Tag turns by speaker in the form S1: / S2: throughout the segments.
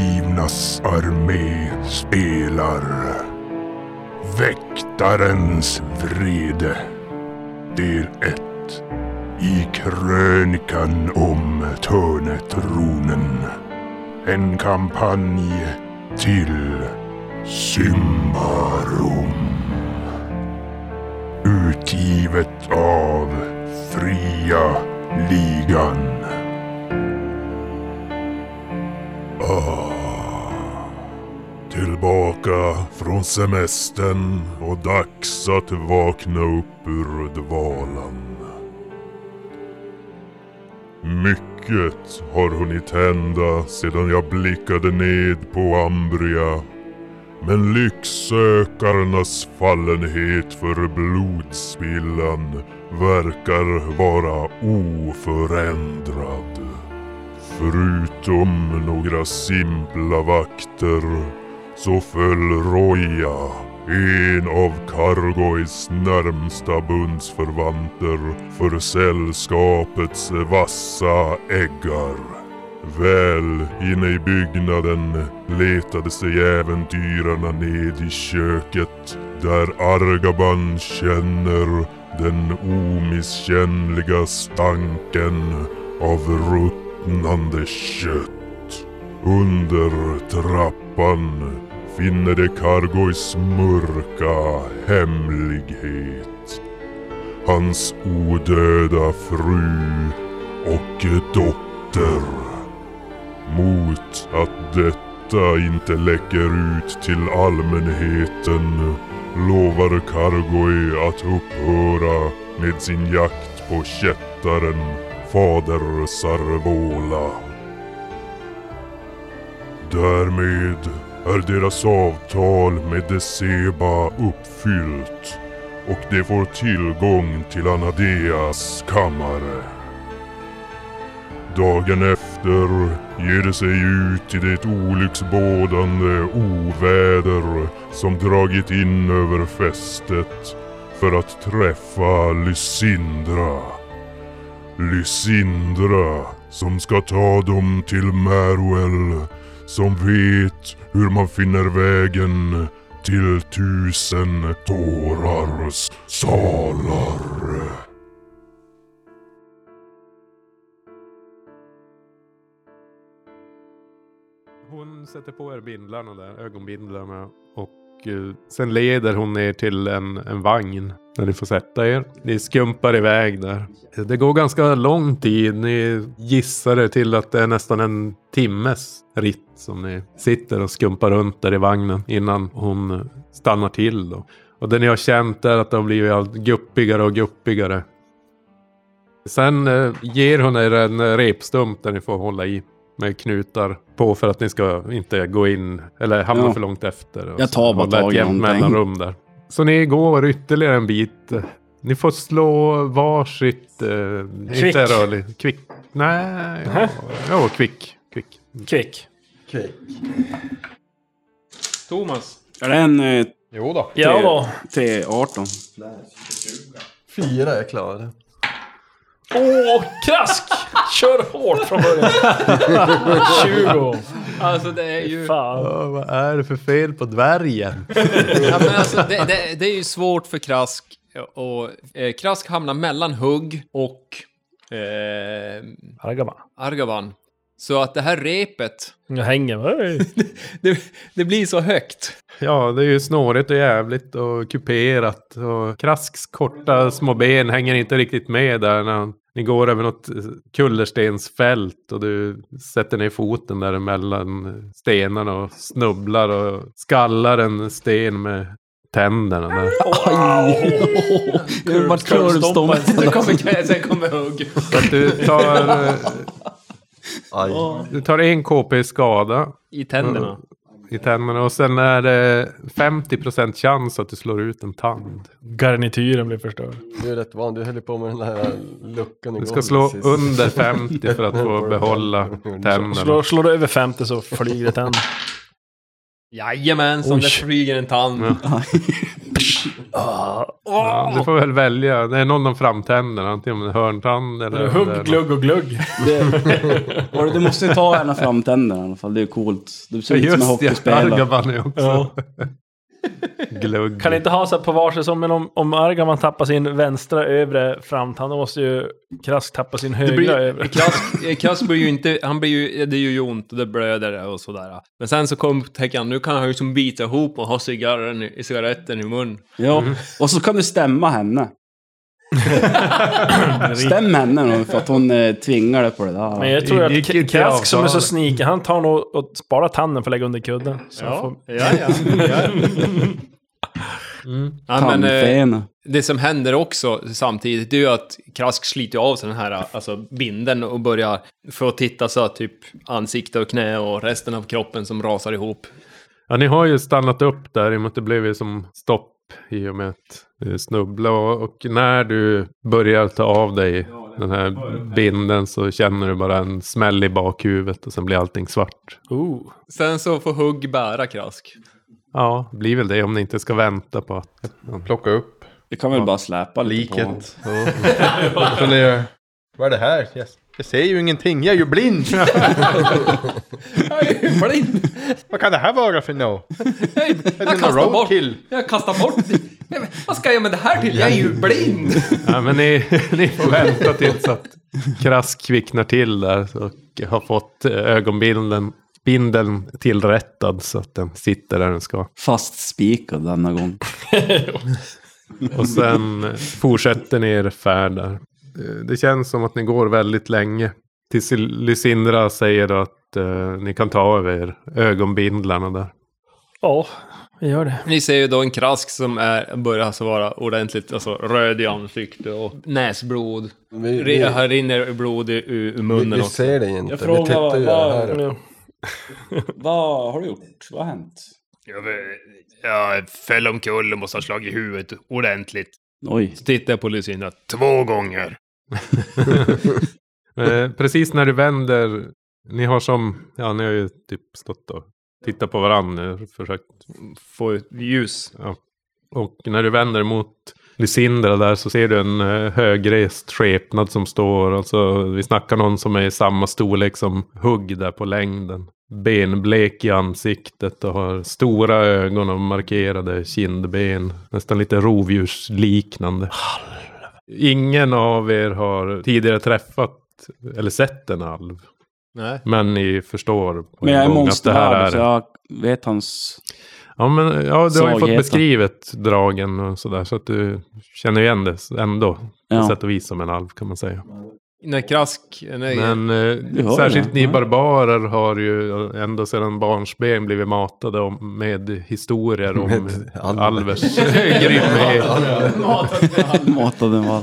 S1: Lejonernas armé spelar Väktarens vrede Del 1 I krönikan om Törnetronen En kampanj till Symbarum Utgivet av Fria Ligan Ah. Tillbaka från semestern och dags att vakna upp ur dvalan. Mycket har hunnit hända sedan jag blickade ned på Ambria. Men lycksökarnas fallenhet för blodspillan verkar vara oförändrad. Förutom några simpla vakter så föll Roja, en av Kargois närmsta bundsförvanter, för sällskapets vassa äggar. Väl inne i byggnaden letade sig äventyrarna ned i köket där Argaban känner den omisskännliga stanken av rutt ruttnande kött. Under trappan finner de Kargois mörka hemlighet. Hans odöda fru och dotter. Mot att detta inte läcker ut till allmänheten lovar Kargoi att upphöra med sin jakt på kättaren fader Sarvola. Därmed är deras avtal med Deceba uppfyllt och de får tillgång till Anadeas kammare. Dagen efter ger de sig ut i det olycksbådande oväder som dragit in över fästet för att träffa Lysindra. Lysindra som ska ta dem till Meruel som vet hur man finner vägen till tusen tårars salar.
S2: Hon sätter på er bindlarna där, ögonbindlarna. Och eh, sen leder hon er till en, en vagn där ni får sätta er. Ni skumpar iväg där. Eh, Det går ganska lång tid. Ni gissar er till att det är nästan en timmes ritt som ni sitter och skumpar runt där i vagnen innan hon eh, stannar till. Då. Och det ni har känt är att det har blivit allt guppigare och guppigare. Sen eh, ger hon er en eh, repstump där ni får hålla i med knutar på för att ni ska inte gå in eller hamna
S3: Ja.
S2: för långt efter. Och
S3: Jag tar bara
S2: hålla ett
S3: tag i
S2: jämnt
S3: någonting.
S2: mellanrum där. Så ni går ytterligare en bit. Ni får slå varsitt... Eh,
S4: Kvick.
S2: Inte rörlig. Kvick. Nej. Ja, ja kvick. Kvick.
S4: Kvick. Thomas.
S3: Är det en eh,
S5: Jo då.
S4: Ja, då.
S3: T18?
S5: Fyra är klara.
S4: Åh, krask! Kör hårt från början. 20. Alltså det är ju...
S2: Ja, vad är det för fel på dvärgen?
S6: Ja, men alltså, det, det, det är ju svårt för Krask. Och, eh, Krask hamnar mellan Hugg och eh,
S4: Argaban.
S6: Argavan. Så att det här repet,
S4: Jag hänger. Hej.
S6: det, det blir så högt.
S2: Ja, det är ju snårigt och jävligt och kuperat. Och Krasks korta små ben hänger inte riktigt med där när han, ni går över något eh, kullerstensfält och du sätter ner foten där mellan stenarna och snubblar och skallar en sten med tänderna där.
S3: Jag vart kurvstompad.
S6: Sen kommer, sen kommer Hugg.
S2: Så att du tar, eh,
S5: Aj.
S2: du tar en KP i skada
S4: I tänderna.
S2: i tänderna och sen är det 50% chans att du slår ut en tand.
S4: Garnityren blir förstörd.
S5: Du är rätt van. Du höll ju på med den här luckan i
S2: Du ska
S5: golvet
S2: slå
S5: sist.
S2: under 50 för att få behålla tänderna.
S4: Slår, slår du över 50 så flyger det tänder.
S6: Jajamän, som
S4: Oj.
S6: det flyger en tand. Ah.
S2: Ja, du får väl välja. Det är någon av framtänderna. Antingen en hörntand eller... eller-
S4: Hugg, glugg och glugg.
S3: Vadå, Du måste ju ta ena framtänderna i alla fall, det är ju coolt. Du ser ut som en
S2: Just det, Arga
S3: hockeyspelare.
S2: vann ju också.
S7: Ja.
S2: Glugg.
S7: Kan inte ha så här på varsin som men om, om Argaman tappar sin vänstra övre framtand då måste ju Krask tappa sin högra övre.
S6: Krask, eh, Krask blir ju inte, han blir ju, det gör ju ont och det blöder och sådär. Men sen så kom upptäcker han, nu kan han ju som bita ihop och ha cigarren, i- cigaretten i mun.
S3: Ja, och så kan du stämma henne. Stäm henne nu för att hon eh, tvingar dig på det där.
S7: Men jag tror att
S2: Det gick
S7: K-
S2: inte i
S7: Krask som är så
S2: avtalet.
S7: sneaky, han tar nog och sparar tanden för att lägga under kudden. Så han får...
S4: Ja, ja, ja.
S6: Ja, men, eh,
S3: Tandfen.
S6: det som händer också samtidigt det är ju att Krask sliter av sig den här alltså, binden och börjar få titta så att typ ansikte och knä och resten av kroppen som rasar ihop.
S2: Ja, ni har ju stannat upp där i och med att det blev ju som stopp i och med att du snubblade. Och, och när du börjar ta av dig den här binden så känner du bara en smäll i bakhuvudet och sen blir allting svart.
S6: Sen så får Hugg bära Krask.
S2: Ja, det blir väl det om ni inte ska vänta på att...
S5: Plocka upp
S3: Du kan väl bara släpa lite på honom.
S5: liket. Ja. Så det- Vad är det här? Jag, jag ser ju ingenting, jag är ju blind!
S6: Jag är blind!
S5: Vad kan det här vara för no?
S6: Jag,
S5: det någon
S6: kastar bort...
S5: roadkill?
S6: Jag kastar bort... Vad ska jag med det här till? Jag är ju blind!
S2: Ja, men ni, ni får vänta tills att Krask kvicknar till där och har fått eh, ögonbilden bindeln tillrättad så att den sitter där den ska.
S3: Fastspikad denna gång.
S2: Och sen eh, fortsätter ni er färd där. Eh, Det känns som att ni går väldigt länge. Tills Lysindra säger då att eh, ni kan ta av er ögonbindlarna där.
S7: Ja, vi gör det.
S6: Ni ser ju då en krask som är, börjar alltså vara ordentligt alltså, röd i ansikte och näsblod.
S5: Vi,
S6: Det
S5: vi,
S6: här rinner blod ur, ur
S5: vi,
S6: munnen
S5: vi
S6: också.
S5: ser det inte,
S3: Jag
S5: vi tittar ju
S3: frågar vad-
S5: här.
S7: Ja.
S3: Vad har du gjort? Vad har hänt?
S6: Jag, jag föll omkull och måste ha slagit huvudet ordentligt.
S3: Oj.
S6: Så tittar jag på Lucinda två gånger.
S2: Eh, Precis när du vänder, ni har som, ja ni har ju typ stått och tittat på varandra och försökt
S6: Få ut ljus.
S2: Ja. Och när du vänder mot Lysindra där så ser du en eh, högrest skepnad som står. Alltså, vi snackar någon som är i samma storlek som Hugg där på längden. Benblek i ansiktet och har stora ögon och markerade kindben. Nästan lite rovdjursliknande. Ingen av er har tidigare träffat eller sett en alv.
S6: Nej.
S2: Men ni förstår på
S3: Men
S2: en
S3: jag är
S2: gång att
S3: monsterhärd så jag vet hans...
S2: Ja, men ja, du har ju fått
S3: Svagheten.
S2: beskrivet dragen och sådär. Så att du känner igen det ändå. På
S3: Ja.
S2: sätt och vis som en alv kan man säga.
S6: När krask... Nej.
S2: Men
S3: Du
S2: eh,
S3: har
S2: särskilt
S3: det.
S2: ni
S3: Ja.
S2: barbarer har ju ända sedan barnsben blivit matade om, med historier om
S5: Med alver.
S2: alvers grymhet.
S3: Matade den var.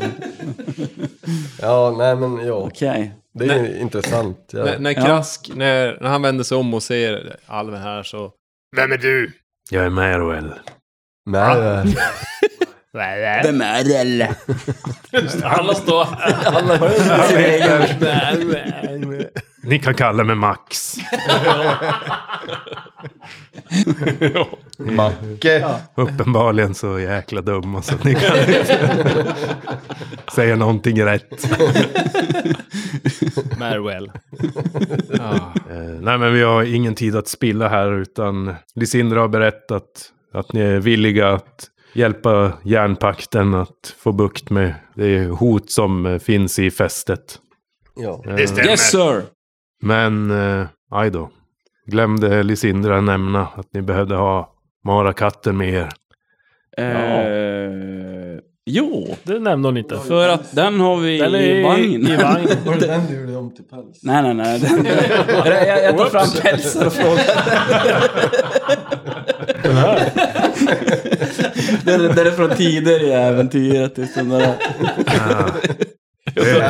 S5: Ja, nej men ja.
S3: Okej.
S5: Det är ju intressant. Ja.
S6: När, när
S3: Ja.
S6: krask... När, när han vänder sig om och ser alven här så... Vem är du?
S2: Jag är Merwell.
S5: Men,
S3: Vem är det eller?
S4: Alla står...
S2: Ni kan kalla mig Max.
S5: Macke.
S2: Uppenbarligen så jäkla dumma så att ni kan inte säga någonting rätt.
S6: Marwell.
S2: Eh, nej, men vi har ingen tid att spilla här utan Lysindra har berättat att ni är villiga att hjälpa järnpakten att få bukt med det hot som eh, finns i fästet.
S5: Ja.
S2: Eh,
S3: Yes sir!
S2: men, eh, aj då. Glömde Lysindra nämna att ni behövde ha Marakatten med er.
S3: Eh, jo,
S7: Det nämnde hon inte.
S3: för att den har vi
S7: Eller
S3: i vagn.
S7: i vagn.
S5: Var det den du gjorde om till päls?
S3: Nej, nej, nej. Den, jag, jag tar fram pälsen och frågar. Den här? Den är från tidigare i äventyret. det är sån där-
S2: Eh,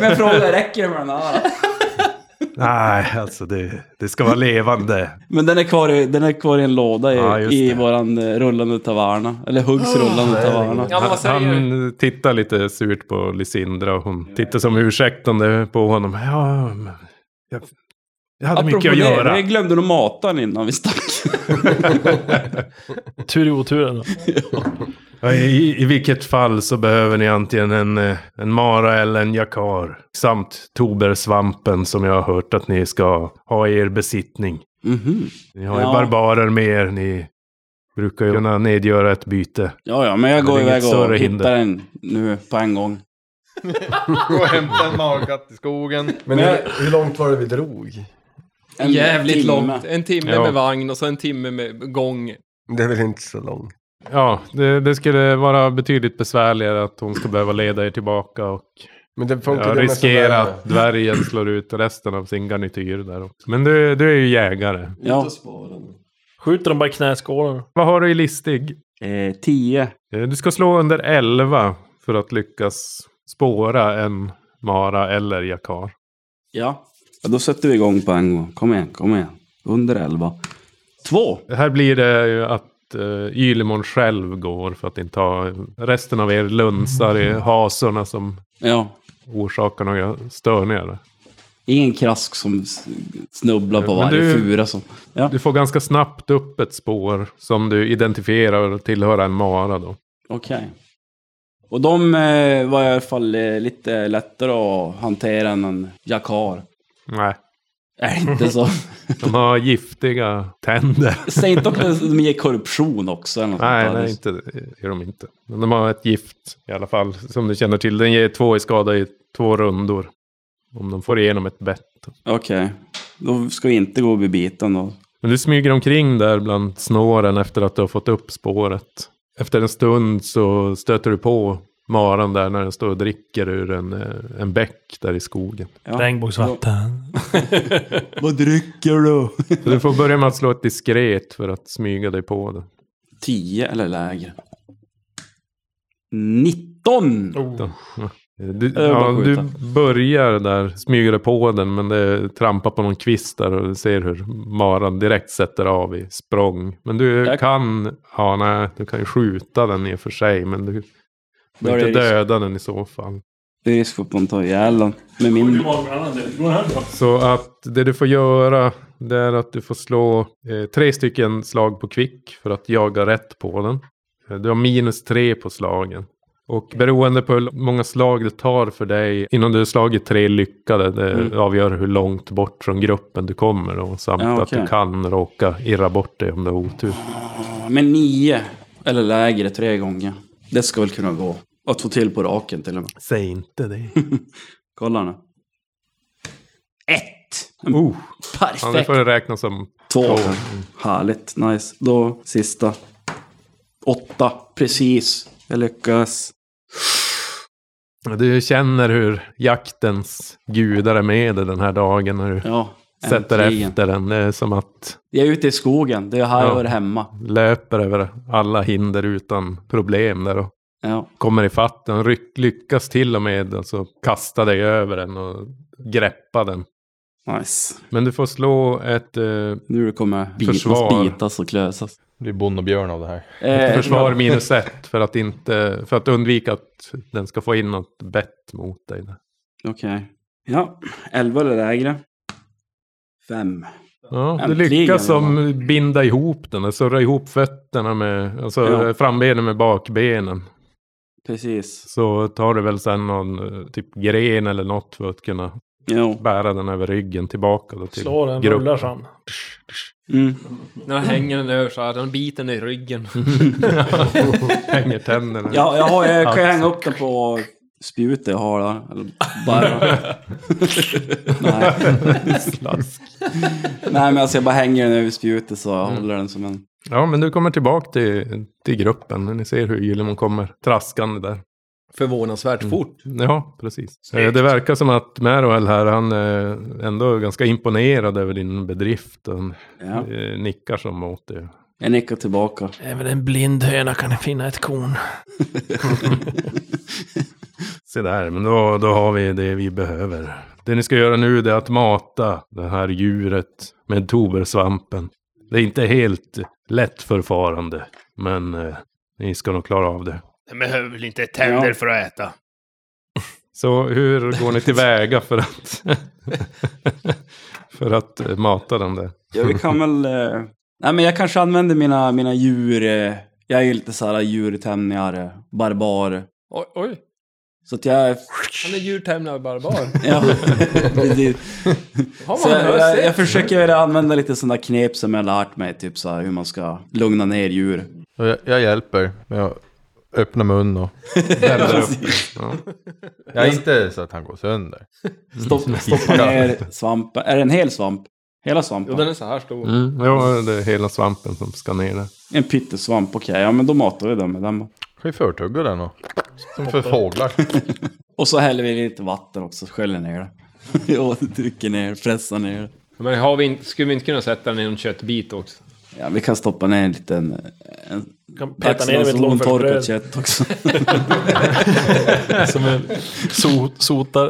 S3: Men jag frågar, räcker det med den här?
S2: nej, alltså det, det ska vara levande.
S3: Men den är kvar i, den är kvar i en låda i,
S2: Ja, just
S3: i
S2: det.
S3: våran eh, rullande taverna. Eller Huggs rullande taverna.
S6: Ja, men vad säger du?
S2: Han tittar lite surt på Lysindra och hon tittar som ursäktande på honom. Ja, men jag
S7: Jag hade
S3: Apropå
S7: mycket att
S3: det,
S7: göra.
S3: Vi glömde nog matan innan vi stack.
S7: Tur i oturen.
S2: Ja, I, I vilket fall så behöver ni antingen en, eh, en mara eller en jakar. Samt tobersvampen som jag har hört att ni ska ha i er besittning.
S3: Mhm.
S2: Ni har ju
S3: Ja.
S2: barbarer med er. Ni brukar ju kunna nedgöra ett byte.
S3: Ja, ja, men jag
S2: Det är
S3: går
S2: inget
S3: iväg och
S2: större
S3: hittar
S2: hinder.
S3: den nu på en gång.
S5: Gå och hämta en magkatt i skogen.
S8: Men hur, hur långt var det vi drog?
S3: En
S6: Jävligt
S3: timme.
S6: långt. En timme
S2: Ja.
S6: med vagn och så en timme med gång.
S8: Det är väl inte så långt.
S2: Ja, det, det skulle vara betydligt besvärligare att hon ska behöva leda er tillbaka och
S8: Men det funkar
S2: ja,
S8: det med
S2: riskera
S8: sådana
S2: att dvärgen slår ut resten av sin garnityr där också. Men du, du är ju jägare.
S3: Ja,
S7: Skjuter de bara i knäskålen?
S2: Vad har du i listig?
S3: eh, tio.
S2: Eh, Du ska slå under 11 för att lyckas spåra en mara eller jakar.
S3: Ja. ja, då sätter vi igång på en gång. Kom igen, kom igen. Under elva. Två.
S2: Det Här blir det ju att uh, Ylemon själv går för att inte ha resten av er lunsar i hasorna som
S3: Ja,
S2: orsakar några störningar.
S3: ingen krask som s- snubblar på
S2: Men
S3: varje
S2: du-
S3: fura. Som... Ja,
S2: Du får ganska snabbt upp ett spår som du identifierar tillhöra en mara då.
S3: okej. Och de eh, var i alla fall eh, lite lättare att hantera än en jakar.
S2: Nej,
S3: Är det inte så?
S2: de har giftiga tänder.
S3: Säg inte att de ger korruption också. Eller något
S2: Nej,
S3: sånt där.
S2: nej, inte, det är de inte. Men de har ett gift i alla fall, som du känner till. Den ger två i skada i två rundor. Om de får igenom ett bett.
S3: Okej, då ska vi inte gå och bli biten då.
S2: Men du smyger omkring där bland snåren efter att du har fått upp spåret. Efter en stund så stöter du på maran där när den står och dricker ur en, eh, en bäck där i skogen.
S3: Ja.
S7: Regnbågsvatten.
S3: Vad dricker du?
S2: Så du får börja med att slå ett diskret för att smyga dig på det.
S3: Tio eller lägre. 19!
S2: Oh. Du,
S3: Det är bara
S2: ja,
S3: att
S2: du
S3: skjuta.
S2: börjar där, smyger dig på den, men det trampar på någon kvist där och du ser hur maran direkt sätter av i språng. Men du
S3: Tack.
S2: kan, ja nej, du kan ju skjuta den i och för sig, men du
S3: är
S2: får inte
S3: det risk.
S2: döda den i så fall.
S3: Det är risk för att man tar ihjäl den. Med min...
S2: Så att det du får göra, det är att du får slå eh, tre stycken slag på kvick för att jaga rätt på den. Eh, Du har minus tre på slagen. Och beroende på hur många slag det tar för dig innan du har slagit tre lyckade, det
S3: Mm.
S2: avgör hur långt bort från gruppen du kommer och samt
S3: Ja,
S2: att du
S3: okej.
S2: kan råka irra bort dig om du har otur.
S3: Men nio eller lägre tre gånger. Det ska väl kunna gå. Att få till på raken till och med.
S2: Säg inte det.
S3: Kolla nu. Ett!
S2: Oh, ja, det
S3: Perfekt!
S2: får du räkna som
S3: Två. Härligt, nice. Då sista. Åtta, precis. Jag lyckas.
S2: Du känner hur jaktens gudar är med dig den här dagen när du
S3: Ja,
S2: sätter
S3: äntligen.
S2: efter den. Det är som att
S3: Jag är ute i skogen. Det är här
S2: Ja.
S3: jag är hemma.
S2: löper över alla hinder utan problem där och
S3: Ja.
S2: kommer i fatten. Ryck, lyckas till och med alltså, kasta dig över den och greppa den.
S3: Nice.
S2: Men du får slå ett, eh,
S3: Nu det kommer bitas,
S2: Försvar.
S3: bitas och klösas.
S5: Det blir bondebjörn av det här.
S2: ett
S3: Eh,
S2: försvar minus ett för att, inte, för att undvika att den ska få in något bett mot dig. Där.
S3: Okej. Ja, 11 eller lägre. Fem.
S2: Ja, du
S3: Äntligen,
S2: lyckas som binda ihop den, och surra ihop fötterna med, alltså
S3: Ja.
S2: frambenen med bakbenen.
S3: Precis.
S2: Så tar du väl sen någon eh, typ gren eller något för att kunna
S3: Jo.
S2: bära den över ryggen tillbaka då till
S7: Slår den,
S2: gruppen.
S7: rullar fram.
S3: Mm.
S6: Den hänger den över så här, den biter den i ryggen.
S2: Hänger tänderna.
S3: Ja, jag, har, jag kan ju hänga upp den på spjutet jag har där. Eller bara. Nej.
S2: Slask.
S3: Nej, men alltså jag bara hänger den över spjutet så jag håller den som en...
S2: ja, men du kommer tillbaka till, till gruppen. Ni ser hur Gyllemon kommer traskande där.
S6: Förvånansvärt fort.
S2: Ja, precis. Eh, Det verkar som att Meroel här, han är ändå är ganska imponerad över din bedrift. Han
S3: Ja.
S2: eh, nickar som åt dig.
S3: Jag nickar tillbaka.
S7: Även en blind höna kan finna ett korn.
S2: Se där, men då, då har vi det vi behöver. Det ni ska göra nu det är att mata det här djuret med tobersvampen. Det är inte helt lätt förfarande, men eh, ni ska nog klara av det.
S9: Den behöver väl inte tänder
S3: Ja.
S9: för att äta?
S2: Så hur går ni tillväga för att, för att eh, mata den där?
S3: Ja, vi kan väl... Eh, nej, men jag kanske använder mina, mina djur. Eh, jag är ju lite så här djurtämjare, barbar.
S6: Oj, oj.
S3: Så att jag...
S6: Han är djurtämjare barbar.
S3: Ja, precis.
S6: Har
S3: så
S6: man
S3: jag, jag,
S6: hört
S3: jag försöker väl använda lite sådana knep som jag lärt mig, typ så här hur man ska lugna ner djur.
S5: Och jag, jag hjälper med att öppna mun och...
S3: Precis.
S5: Jag är inte så att han går sönder.
S3: Stopp, stoppa ner svampen. Är det en hel svamp? Hela svampen?
S6: Jo, den är så här stor.
S2: Mm, ja, det är hela svampen som ska ner där.
S3: En pyttesvamp, okej. Ja, men då matar vi den med den.
S5: Kan ju förtugga den och... Som för fåglar.
S3: Och så häller vi lite vatten också, sköljer ner det. ja, trycker ner, pressar ner det.
S6: Men har vi inte, skulle vi inte kunna sätta den i en köttbit också?
S3: Ja, vi kan stoppa ner en liten... En,
S7: Kan peta ner med ett
S3: långtorkat
S7: långfärgsbröd
S3: kött också.
S7: som är so sotar.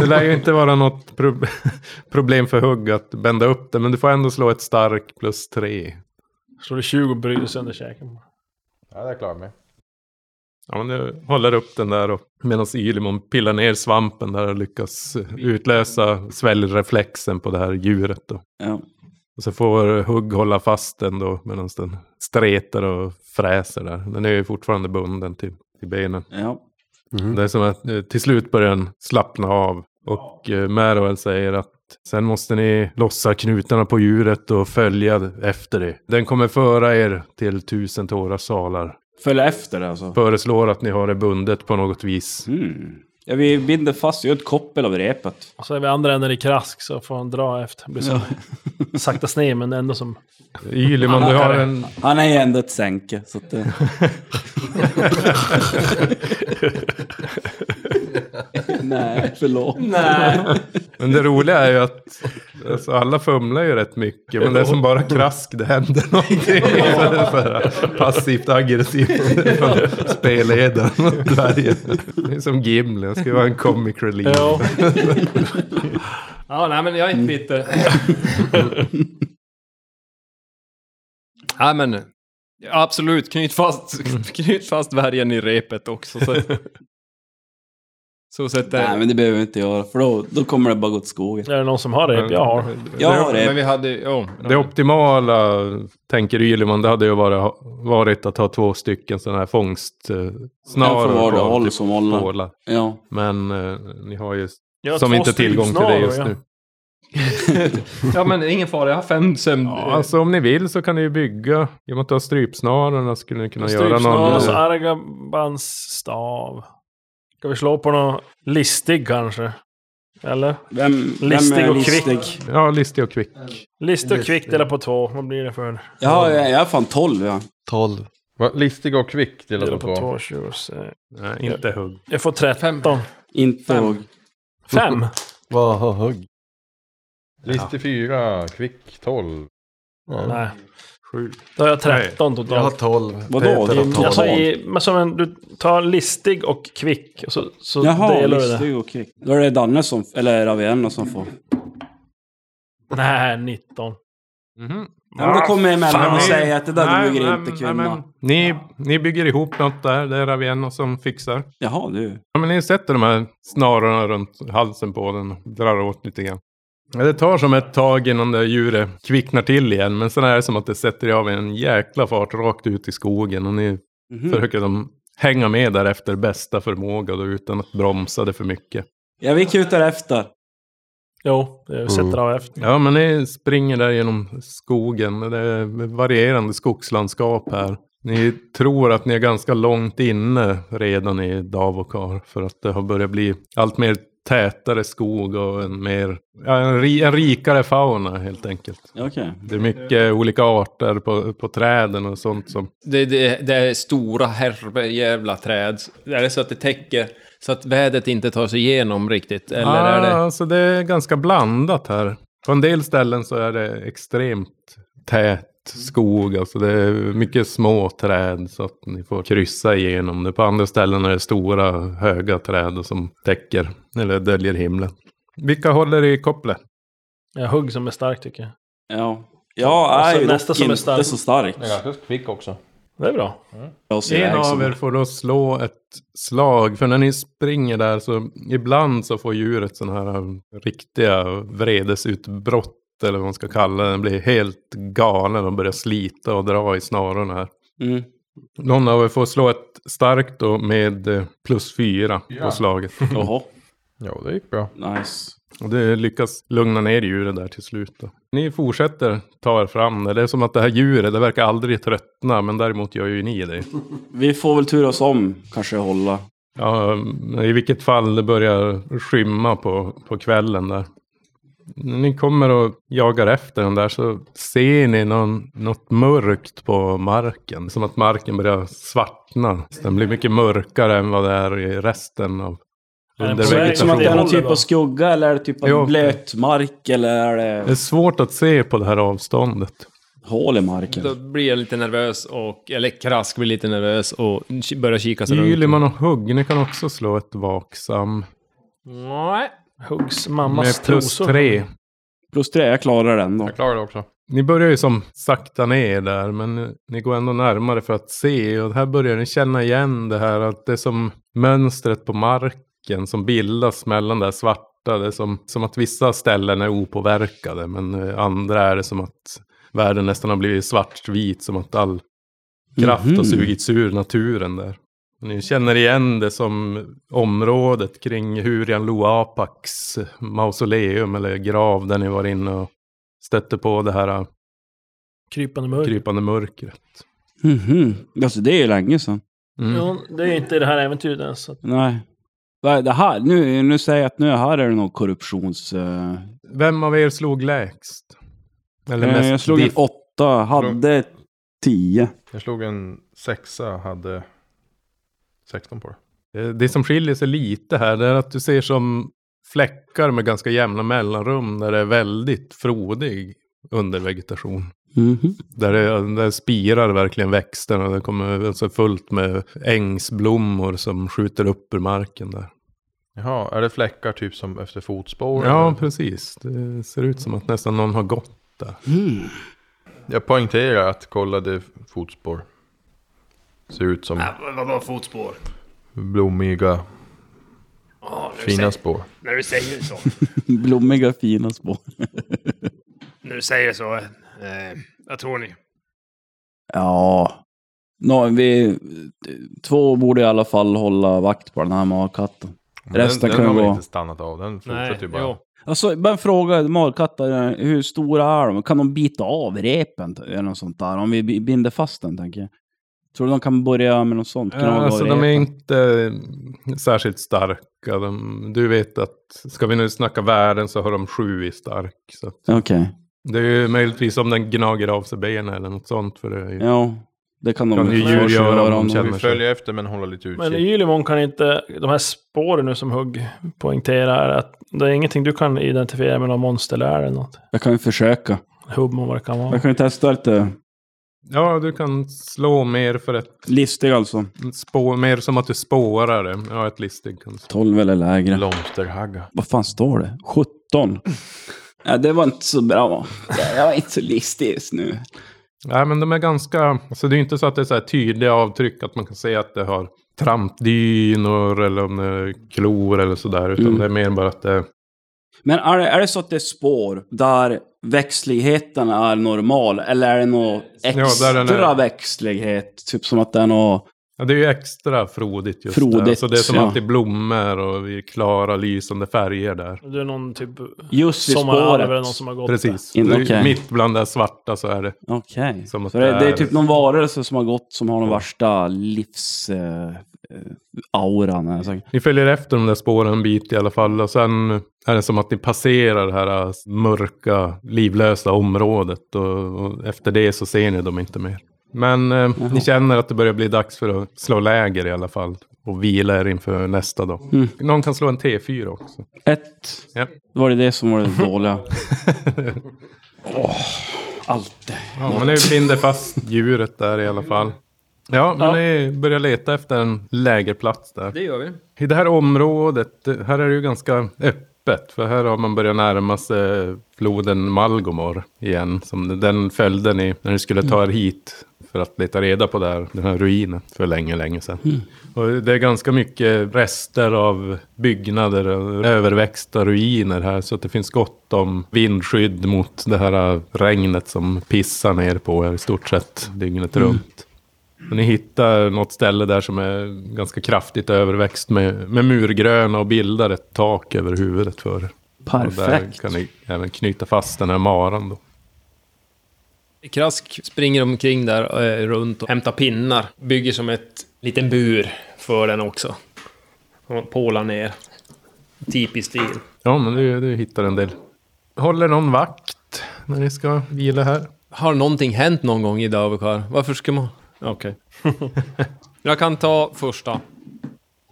S2: Det lär ju inte vara något prob- problem för hugg att bända upp den, men du får ändå slå ett stark plus tre.
S7: Slår du 20 och bryter sönder käken.
S5: Ja, det klarar jag mig.
S2: Ja, men du håller upp den där och medan Ylimon pillar ner svampen där och lyckas eh, utlösa sväljreflexen på det här djuret då.
S3: ja.
S2: Och så får Hugg hålla fast den då medan den stretar och fräser där. Den är ju fortfarande bunden till, till benen.
S3: Ja.
S2: Det är som att eh, till slut börjar den slappna av. Och eh, Meroel säger att sen måste ni lossa knutarna på djuret och följa efter det. Den kommer föra er till tusen tårars salar.
S3: Följ efter det alltså.
S2: Föreslår att ni har det bundet på något vis.
S3: Mm. Ja, vi binder fast, gör ett koppel av repet.
S7: Och så är vi andra änden i krask så får han dra efter. Blir som saktas ner men ändå som...
S2: Ylimon, du har en...
S3: Han är ju ändå ett sänke, så att eh. det... Nej, förlåt.
S2: Men det roliga är ju att alltså, alla fumlar ju rätt mycket. Men det är som bara krask, det händer någonting. För det så här passivt aggressivt från spelledaren. Dvärgen. Det är som Gimli, det ska ju vara en comic relief.
S7: Ja,
S6: Ja, nej men jag är inte bitter. nej men, absolut. Knyt fast, knyt fast värjan i repet också. Så, så sätter...
S3: Nej, men det behöver vi inte göra, för då, då kommer det bara gå åt skogen.
S7: är det någon som har
S2: typ,
S7: rep? Jag har.
S3: Jag har
S6: Men
S3: rep.
S6: vi hade ju... ja.
S2: Det optimala, tänker Yleman, det hade ju varit, varit att ha två stycken sådana här
S3: En från
S2: fångstsnaror.
S3: vardera
S2: kvar
S3: håll
S2: till
S3: som håller.
S2: bålar.
S3: Ja.
S2: Men eh, ni har ju,
S7: Jag har
S2: som
S7: två
S2: inte har tillgång till det
S7: stygnsnaror,
S2: just
S7: ja.
S2: nu.
S6: ja men ingen fara, jag har fem sömn...
S2: Ja, alltså om ni vill så kan ni ju bygga, i och med att du har strypsnarorna skulle ni kunna göra
S7: Strypsnara,
S2: någon... eh,
S7: så Argabans Alltså, stav. Ska vi slå på någon listig kanske? Eller?
S3: Vem,
S7: Listig
S3: vem är
S7: och kvick.
S2: Ja, listig och kvick.
S7: Listig och kvick delar på två. Vad blir det för?
S3: Ja, jag jag är fan 12 ja.
S8: 12.
S5: Vad listig och kvick till
S7: Delar
S5: att
S7: på
S5: på.
S7: två, tjugo, så-
S2: Nej, inte hugg.
S7: Jag får 13.
S3: Inte och...
S7: Fem?
S8: Vad har hugg?
S5: Listig fyra, kvick tolv.
S8: Ja.
S7: Nej. Då har jag 13
S8: Jag har
S7: totalt.
S8: 12.
S3: Vadå?
S8: Peter har
S3: Jim,
S8: 12.
S3: jag
S7: Alltså i, men som en, du tar listig och kvick och så, så
S3: Jaha,
S7: delar du det.
S3: listig och kvick. Då är det Danne som, eller Ravienna som får.
S7: Nej, 19.
S3: Ja, men då kommer emellan
S2: Fan, ni-
S3: och säger att det där
S2: nej,
S3: duger
S2: nej,
S3: inte
S2: nej,
S3: kunna.
S2: men Ni, ni bygger ihop något där, det är Ravienna som fixar.
S3: Jaha, du.
S2: Ja, men ni sätter de här snarorna runt halsen på den och drar åt lite grann. Ja, Det tar som ett tag innan det djuret kvicknar till igen, men sen är det som att det sätter av en jäkla fart rakt ut i skogen och ni
S3: Mhm.
S2: försöker som hänga med där efter bästa förmåga då, utan att bromsa det för mycket.
S3: Ja, vi kutar efter.
S7: Jo, det
S8: Mm.
S7: sätter av efter.
S2: Ja, men ni springer där genom skogen. Det är varierande skogslandskap här. Ni tror att ni är ganska långt inne redan i Davokar för att det har börjat bli allt mer tätare skog och en mer, ja, en, ri, en rikare fauna helt enkelt.
S3: Ja, Okej.
S2: Det är mycket olika arter på, på träden och sånt som
S6: Det, det, det är stora herrejävla träd. Är det så att det täcker så att vädret inte tar sig igenom riktigt? Eller är
S2: ah,
S6: det...
S2: Alltså det är ganska blandat här. På en del ställen så är det extremt tät skog. Alltså det är mycket små träd så att ni får kryssa igenom det. På andra ställen är det stora höga träd som täcker eller döljer himlen. Vilka håller i kopplet?
S7: Jag hugg som är stark tycker jag.
S3: Ja. Jag
S7: Och sen
S3: är ju
S7: alltså, nästa
S3: dock
S7: som är
S3: inte
S7: stark.
S3: så stark.
S5: ganska kvick också.
S7: Det är bra.
S3: Jag Liksom. ser
S2: En
S3: väg som-
S2: av er får då slå ett slag, för när ni springer där så ibland så får djuret sådana här eh, riktiga vredesutbrott, eller vad man ska kalla det. Den blir helt galen och börjar slita och dra i snarorna här.
S3: Mm.
S2: Någon av er får slå ett starkt då med eh, plus fyra på slaget.
S3: Jaha,
S5: Ja, det gick bra.
S3: nice.
S2: Och det lyckas lugna ner djuret där till slut. Då. Ni fortsätter ta er fram där. Det är som att det här djuret, det verkar aldrig tröttna, men däremot gör ju ni det.
S3: Vi får väl turas om, kanske hålla.
S2: Ja, i vilket fall det börjar skymma på, på kvällen där. När ni kommer och jagar efter den där så ser ni någon, något mörkt på marken. Som att marken börjar svartna. Så Den blir mycket mörkare än vad det är i resten av
S7: den
S2: under
S7: på väg
S3: Som att det är någon typ av
S7: då?
S3: skugga eller är det typ
S2: Jo.
S3: av blöt mark eller är
S2: Det är
S3: det
S2: svårt att se på det här avståndet.
S3: hål i marken?
S6: Då blir jag lite nervös och, eller Krask blir lite nervös och ki- börjar kika sig runt.
S2: Gyliman och Hugg, ni kan också slå ett vaksam.
S6: Nej.
S7: Huggs mammas
S2: Med plus
S7: trosor.
S2: tre.
S3: Plus tre, jag klarar den då.
S5: Jag klarade det också.
S2: Ni börjar ju som sakta ner där, men ni går ändå närmare för att se. Och här börjar ni känna igen det här att det är som mönstret på marken som bildas mellan det här svarta. Det är som, som att vissa ställen är opåverkade, men eh, andra är det som att världen nästan har blivit svartvit, som att all kraft har
S3: Mhm.
S2: sugits ur naturen där. Och Ni känner igen det som området kring Hurian Loapaks mausoleum eller grav där ni var inne och stötte på det här
S7: Krypande mörker.
S2: krypande mörkret.
S3: Mhm. Alltså det är ju länge sedan.
S2: Mm.
S7: Jo, det är inte det här äventyret ens. så att-
S3: Nej. Vad är Det här, nu, nu säger jag att nu här är det nog korruptions... eh,
S2: Vem av er slog lägst? Eller
S3: eh,
S2: mest
S3: jag slog en
S2: diff?
S3: åtta, hade tio.
S5: Jag slog en sexa, hade 16 på det.
S2: Eh, Det som skiljer sig lite här det är att du ser som fläckar med ganska jämna mellanrum där det är väldigt frodig undervegetation.
S3: Mhm.
S2: Där, det, där spirar verkligen växterna. Det kommer alltså fullt med ängsblommor som skjuter upp ur marken där.
S5: Jaha, är det fläckar typ som efter fotspår?
S2: Ja,
S5: eller?
S2: precis. Det ser ut som att nästan någon har gått.
S3: Mm.
S5: Jag poängterar att kolla det är fotspår. Ser ut som
S4: Vadå fotspår?
S5: blommiga,
S4: Ja, när, du
S5: fina
S4: säger,
S5: spår.
S4: när du säger så.
S3: Blommiga fina spår.
S4: När du säger så. Eh, vad tror ni?
S3: Ja. Nå, vi, två borde i alla fall hålla vakt på den här markatten.
S5: Men
S3: Resten
S5: den,
S3: kan
S5: den har
S3: gå.
S5: väl inte stannat av, den fortsätter ju typ bara.
S6: jo.
S3: Alltså, bara en fråga. Markatterna, hur stora är de? Kan de bita av repen eller något sånt där? Om vi bi- binder fast den, tänker jag. Tror du de kan börja med något sånt?
S2: Ja,
S3: Gnaga av
S2: alltså de är
S3: repen?
S2: inte eh, särskilt starka. De, du vet att ska vi nu snacka värden så har de sju i stark. Så att
S3: Okej.
S2: det är ju möjligtvis om den gnager av sig benen eller något sånt. För det är ju,
S3: Ja, det kan de
S2: Kan ju
S3: ju
S2: djur göra om de
S3: om de
S2: känner.
S5: Vi följer efter men håller lite utkik.
S7: Men Ylimon kan inte, de här spåren nu som Hugg poängterar, att det är ingenting du kan identifiera med någon monster eller är det något?
S3: Jag kan ju försöka.
S7: Hubmon vad det kan vara.
S3: Jag kan ju testa lite
S2: ja, du kan slå mer för ett
S3: listig alltså.
S2: spår, mer som att du spårar det. Ja, ett listig kan du slå.
S3: 12 eller lägre.
S5: Blomsterhagga.
S3: Vad fan står det? 17. Ja, det var inte så bra. Jag var inte så listig just nu.
S2: Nej, men de är ganska... Alltså det är ju inte så att det är så här tydliga avtryck att man kan se att det har trampdynor eller om det är klor eller sådär. Utan
S3: Mm.
S2: det är mer bara att det...
S3: Men är det, är det så att det är spår där växtligheten är normal? Eller är det någon extra
S2: där den är-
S3: växtlighet? Typ som att det är något...
S2: Ja, det är ju extra frodigt just
S3: Frodigt,
S2: där. Alltså det är som
S3: ja.
S2: alltid blommor och i klara lysande färger där.
S7: Det är någon typ
S3: Just vid
S7: sommaralv
S3: spåret.
S7: eller någon som har gått
S2: Precis.
S3: In-
S2: Det är ju
S3: okej.
S2: Mitt bland det här svarta så är det.
S3: Okej.
S2: Som att
S3: Så det,
S2: det
S3: det är
S2: är-
S3: typ någon varelse som har gått som har den värsta livs... Eh, eh, auran. eller så.
S2: Ni följer efter de där spåren en bit i alla fall. Och sen är det som att ni passerar det här äh, mörka, livlösa området. Och, och efter det så ser ni dem inte mer. Men eh, ni känner att det börjar bli dags för att slå läger i alla fall. Och vila er inför nästa dag.
S3: Mm.
S2: Någon kan slå en T4 också.
S3: Ett.
S2: Ja.
S3: Var det det som var det dåliga? Allt det.
S2: Ja, men nu binder fast djuret där i alla fall. Ja, men ni börjar leta efter en lägerplats där.
S6: Det gör vi.
S2: I det här området, eh, här är det ju ganska öppet. För här har man börjat närma sig floden Malgomor igen. Som den följde ni när ni skulle ta er hit för att leta reda på det här, den här ruinen för länge, länge sedan. Och det är ganska mycket rester av byggnader och överväxta ruiner här. Så att det finns gott om vindskydd mot det här regnet som pissar ner på er i stort sett dygnet runt. Och Ni hittar något ställe där som är ganska kraftigt överväxt med, med murgröna och bildar ett tak över huvudet för er. Och där
S3: Perfekt.
S2: kan ni även knyta fast den här maran då.
S6: Krask springer omkring där eh, runt och hämtar pinnar. Bygger som ett liten bur för den också. Och pålar ner. Typisk stil.
S2: Ja, men du, du hittar en del. Håller någon vakt när ni ska vila här?
S6: Har någonting hänt någon gång i Davokar? Varför ska man... Okej. jag kan ta första.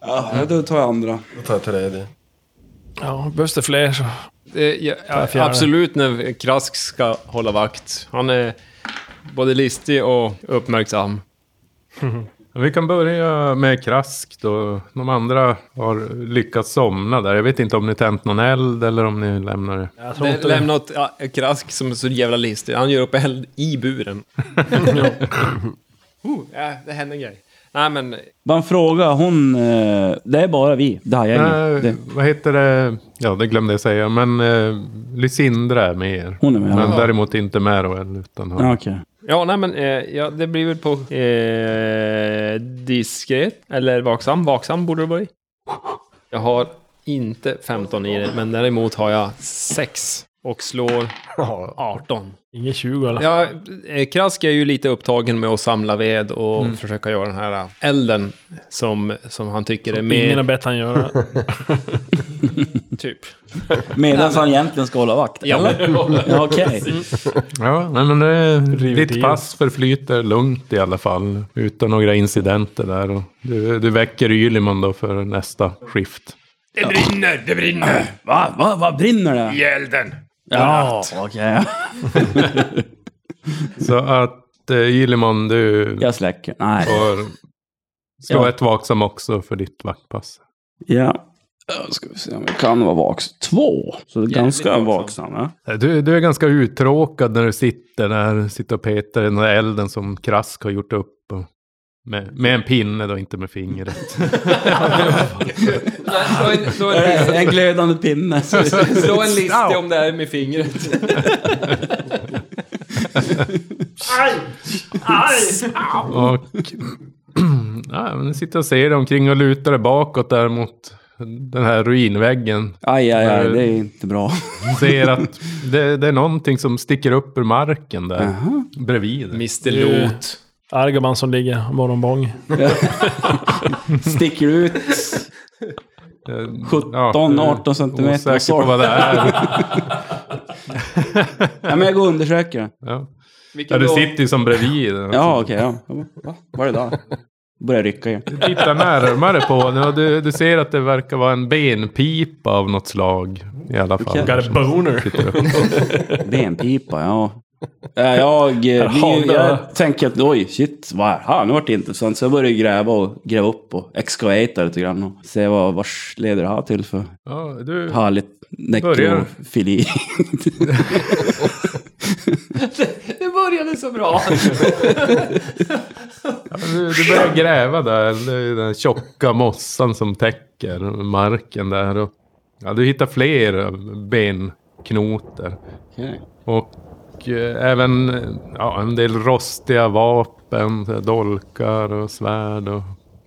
S3: Ja, då tar jag andra.
S8: Då tar jag tredje.
S7: Ja, behövs det fler så...
S6: Eh, ja, ja,
S7: fjärde.
S6: absolut när Krask ska hålla vakt. Han är både listig och uppmärksam.
S2: Vi kan börja med Krask då. De andra har lyckats somna där. Jag vet inte om ni tänt någon eld eller om ni lämnar det.
S7: Jag tror
S6: Lä,
S7: inte det.
S6: lämna åt ja, Krask som är så jävla listig. Han gör upp eld i buren. oh, ja, det hände en grej. Nej men,
S3: Bara en fråga, hon... eh, Det är bara vi, det här
S2: Nej,
S3: gänget. Det,
S2: Eh, Vad heter det? Ja, det glömde jag säga. Men eh, Lysindra är med er.
S3: hon är med.
S2: Men
S3: Ja,
S2: däremot inte Meroel. Utan han.
S3: okej.
S6: ja, nej, men eh, ja, det blir väl på eh, diskret, eller vaksam. Vaksam borde det vara i. Jag har inte 15 i det, men däremot har jag 6 och slår 18.
S7: Ingen 20 eller?
S6: Ja, eh, Krask är ju lite upptagen med att samla ved och försöka göra den här eh, elden som, som han tycker är
S7: Ingen har
S6: mer
S7: bett han göra det.
S6: typ.
S3: Medan han egentligen ska hålla vakt,
S6: Ja.
S3: eller? Ja, okej.
S2: Ja, nej, men det, ditt
S7: till.
S2: pass förflyter lugnt i alla fall. Utan några incidenter där. Och du, du väcker Yliman då för nästa skift.
S6: Det brinner, det brinner
S3: Va? Va? Vad brinner det?
S6: i elden!
S3: Ja, okej.
S2: Så att eh, Yliman, du
S3: Jag släcker. Nej.
S2: får slå
S3: Ja.
S2: ett vaksam också för ditt vaktpass.
S3: Ja. Då Ska vi se om vi kan vara vaksam. Två. Så det är ganska
S6: vaksam.
S3: vaksam. Ja.
S2: Eh, Du, du är ganska uttråkad när du sitter där, sitter och petar i den där elden som Krask har gjort upp. Och med, med en pinne då, inte med fingret.
S6: Slå en, slå en,
S3: Eh, En glödande pinne.
S6: slå en listig om det här med fingret.
S2: och ja, men du sitter och ser dig omkring och lutar dig bakåt där mot den här ruinväggen.
S3: Aj, aj, aj. Det är inte bra.
S2: Ser att det, det är någonting som sticker upp ur marken där
S3: Jaha.
S2: bredvid.
S6: Mr Lot.
S7: Argaban som ligger morgonbång.
S3: Sticker ut
S2: Eh,
S3: 17,
S2: ja, du är
S3: 18 centimeter.
S2: Osäker på
S3: Sorry.
S2: vad det är.
S3: Ja, men jag går och undersöker det.
S2: Ja. Ja,
S6: Vilken
S2: du
S6: då?
S2: sitter ju som bredvid.
S3: Ja, okej. ja. Jag bara, Va? Vad är det där? Börjar rycka igen.
S2: Du tittar närmare på den och du, du ser att det verkar vara en benpipa av något slag. I alla fall.
S3: Okej.
S7: Got a boner.
S2: Sitter upp.
S3: Benpipa, ja. Eh, Jag, eh, blir, ju- jag tänker att oj, shit, vad är det här? Nu vart det intressant. Så jag började gräva och gräva upp och excavata lite grann och se vad vars leder det här till för
S2: Ja, du,
S3: härligt nekrofili.
S6: Det började så bra.
S2: du, du börjar gräva där. Det är den tjocka mossan som täcker marken där. Och, ja, du hittar fler benknotor.
S3: Okej.
S2: Och eh, även eh, ja, en del rostiga vapen. så här Dolkar och svärd och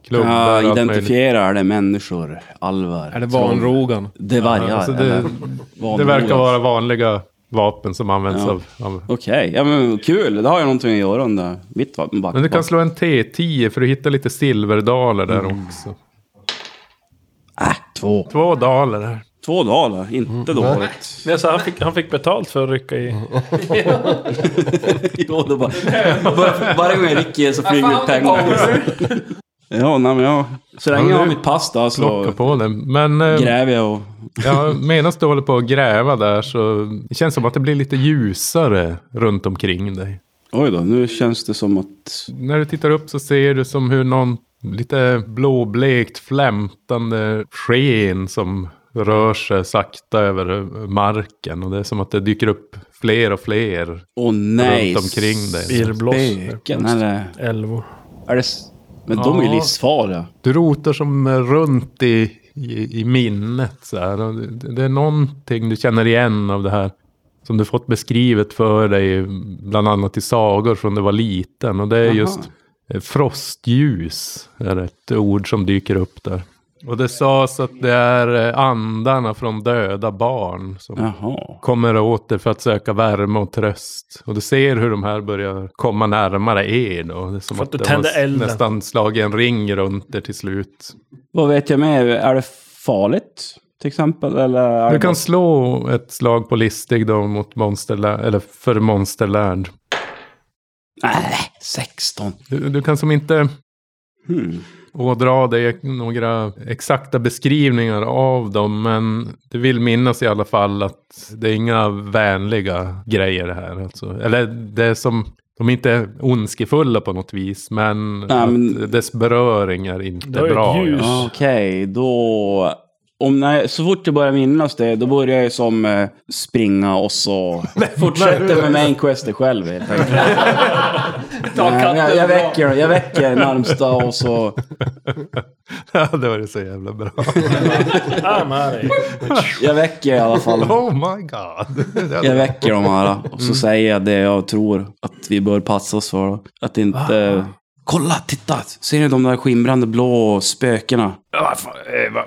S2: klubbar. och
S3: Jag
S2: allt möjligt.
S3: identifierar det människor, alvar.
S6: Är det vanrogan?
S3: Det är vargar.
S2: Ja, alltså det-
S3: eller?
S2: Det
S3: Vanliga.
S2: verkar vara vanliga vapen som används
S3: Ja.
S2: av, av...
S3: Okej, ja men kul. Det har ju någonting att göra under mitt vapenback.
S2: Men du kan slå en T10 för du hittar lite silverdaler där också.
S3: Äh, två.
S2: Två daler här.
S3: Två daler, inte
S2: Mm.
S3: dåligt.
S7: Nej, så han, fick, han fick betalt för att rycka i.
S3: Jo, det bara, bara, varje gång jag rycker så flyger ut pengar. ja, nej, men jag, så länge jag har mitt pass då
S2: Plocka
S3: så
S2: på den. Men eh,
S3: gräver jag och...
S2: ja, medan du håller på att gräva där så det känns som att det blir lite ljusare runt omkring dig.
S3: Oj då, nu känns det som att...
S2: När du tittar upp så ser du som hur någon lite blåblekt flämtande sken som rör sig sakta över marken och det är som att det dyker upp fler och fler.
S3: Åh nej.
S2: Runt omkring dig.
S7: Irrbloss.
S3: Spöken eller?
S7: Älvor.
S3: Är det... s- Men de är ju
S2: Ja.
S3: livsfarliga.
S2: Du rotar som eh, runt i, i, i minnet. Så här. Och det, det är någonting du känner igen av det här. Som du fått beskrivet för dig, bland annat i sagor från du var liten. Och det är
S3: Jaha.
S2: just eh, frostljus, är ett ord som dyker upp där. Och det sades att det är eh, andarna från döda barn som
S3: Jaha.
S2: kommer åter för att söka värme och tröst. Och du ser hur de här börjar komma närmare er då. Det är som
S7: För
S2: att
S7: att du
S2: de har
S7: tände
S2: s-
S7: elden.
S2: nästan slagit en ring runt er till slut.
S3: Vad vet jag mer? Är det farligt? Till exempel? Eller är
S2: Du
S3: det
S2: kan slå ett slag på listig då mot monsterlärd, eller för monsterlärd.
S3: Nej, 16.
S2: Du, du kan som inte
S3: Hmm.
S2: ådra dig några exakta beskrivningar av dem, men du vill minnas i alla fall att det är inga vänliga grejer det här. Alltså. Eller det är som, de är inte ondskefulla på något vis, men, att
S3: men-
S2: dess beröring är inte
S7: Det är ett
S2: bra.
S7: ljus.
S2: ja.
S3: Okej, då... Om när, så fort jag börjar minnas det, då börjar jag som eh, springa och så fortsätter med main questet själv helt enkelt. Nej, jag, jag, väcker, jag väcker närmsta och så...
S2: Ja, det var ju så jävla bra.
S7: Ah, nej.
S3: Jag väcker i alla fall.
S2: oh my god.
S3: Jag väcker de här och så säger jag det jag tror att vi bör passa oss för. Att inte... Kolla, titta! Ser ni de där skimrande blå spökena?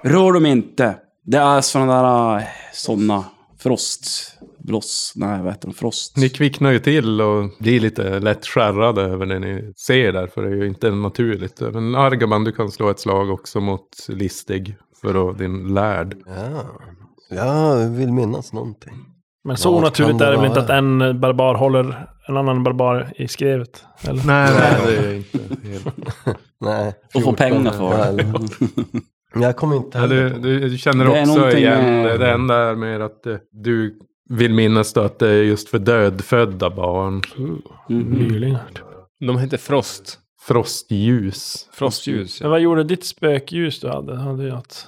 S3: Rör dem inte! Det är såna där... eh, Såna... Frost... Bloss... Nej, vad heter de? Frost...
S2: Ni kvicknar ju till och blir lite lätt skärrade över det ni ser där, för det är ju inte naturligt. Men Argaban, du kan slå ett slag också mot listig för då din lärd.
S8: Ja. ja, jag vill minnas någonting.
S7: Men så
S8: Vad kan
S7: onaturligt
S8: det
S7: är det väl
S8: vara?
S7: inte att en barbar håller en annan barbar i skrevet? Eller?
S2: Nej, nej, det är inte helt...
S8: Nej.
S3: och få pengar för
S8: Ja,
S3: det.
S8: eller- Men jag kommer inte
S2: Ja, du,
S8: heller på.
S2: du, du känner
S3: Det är
S2: också
S3: någonting
S2: igen
S3: med-
S2: det. Det enda är mer att eh, du vill minnas då att det är just för dödfödda barn.
S7: Mylingar. typ.
S6: De heter Frost.
S2: Frostljus.
S6: Frostljus.
S7: Men vad gjorde ditt spökljus du hade? hade ju att...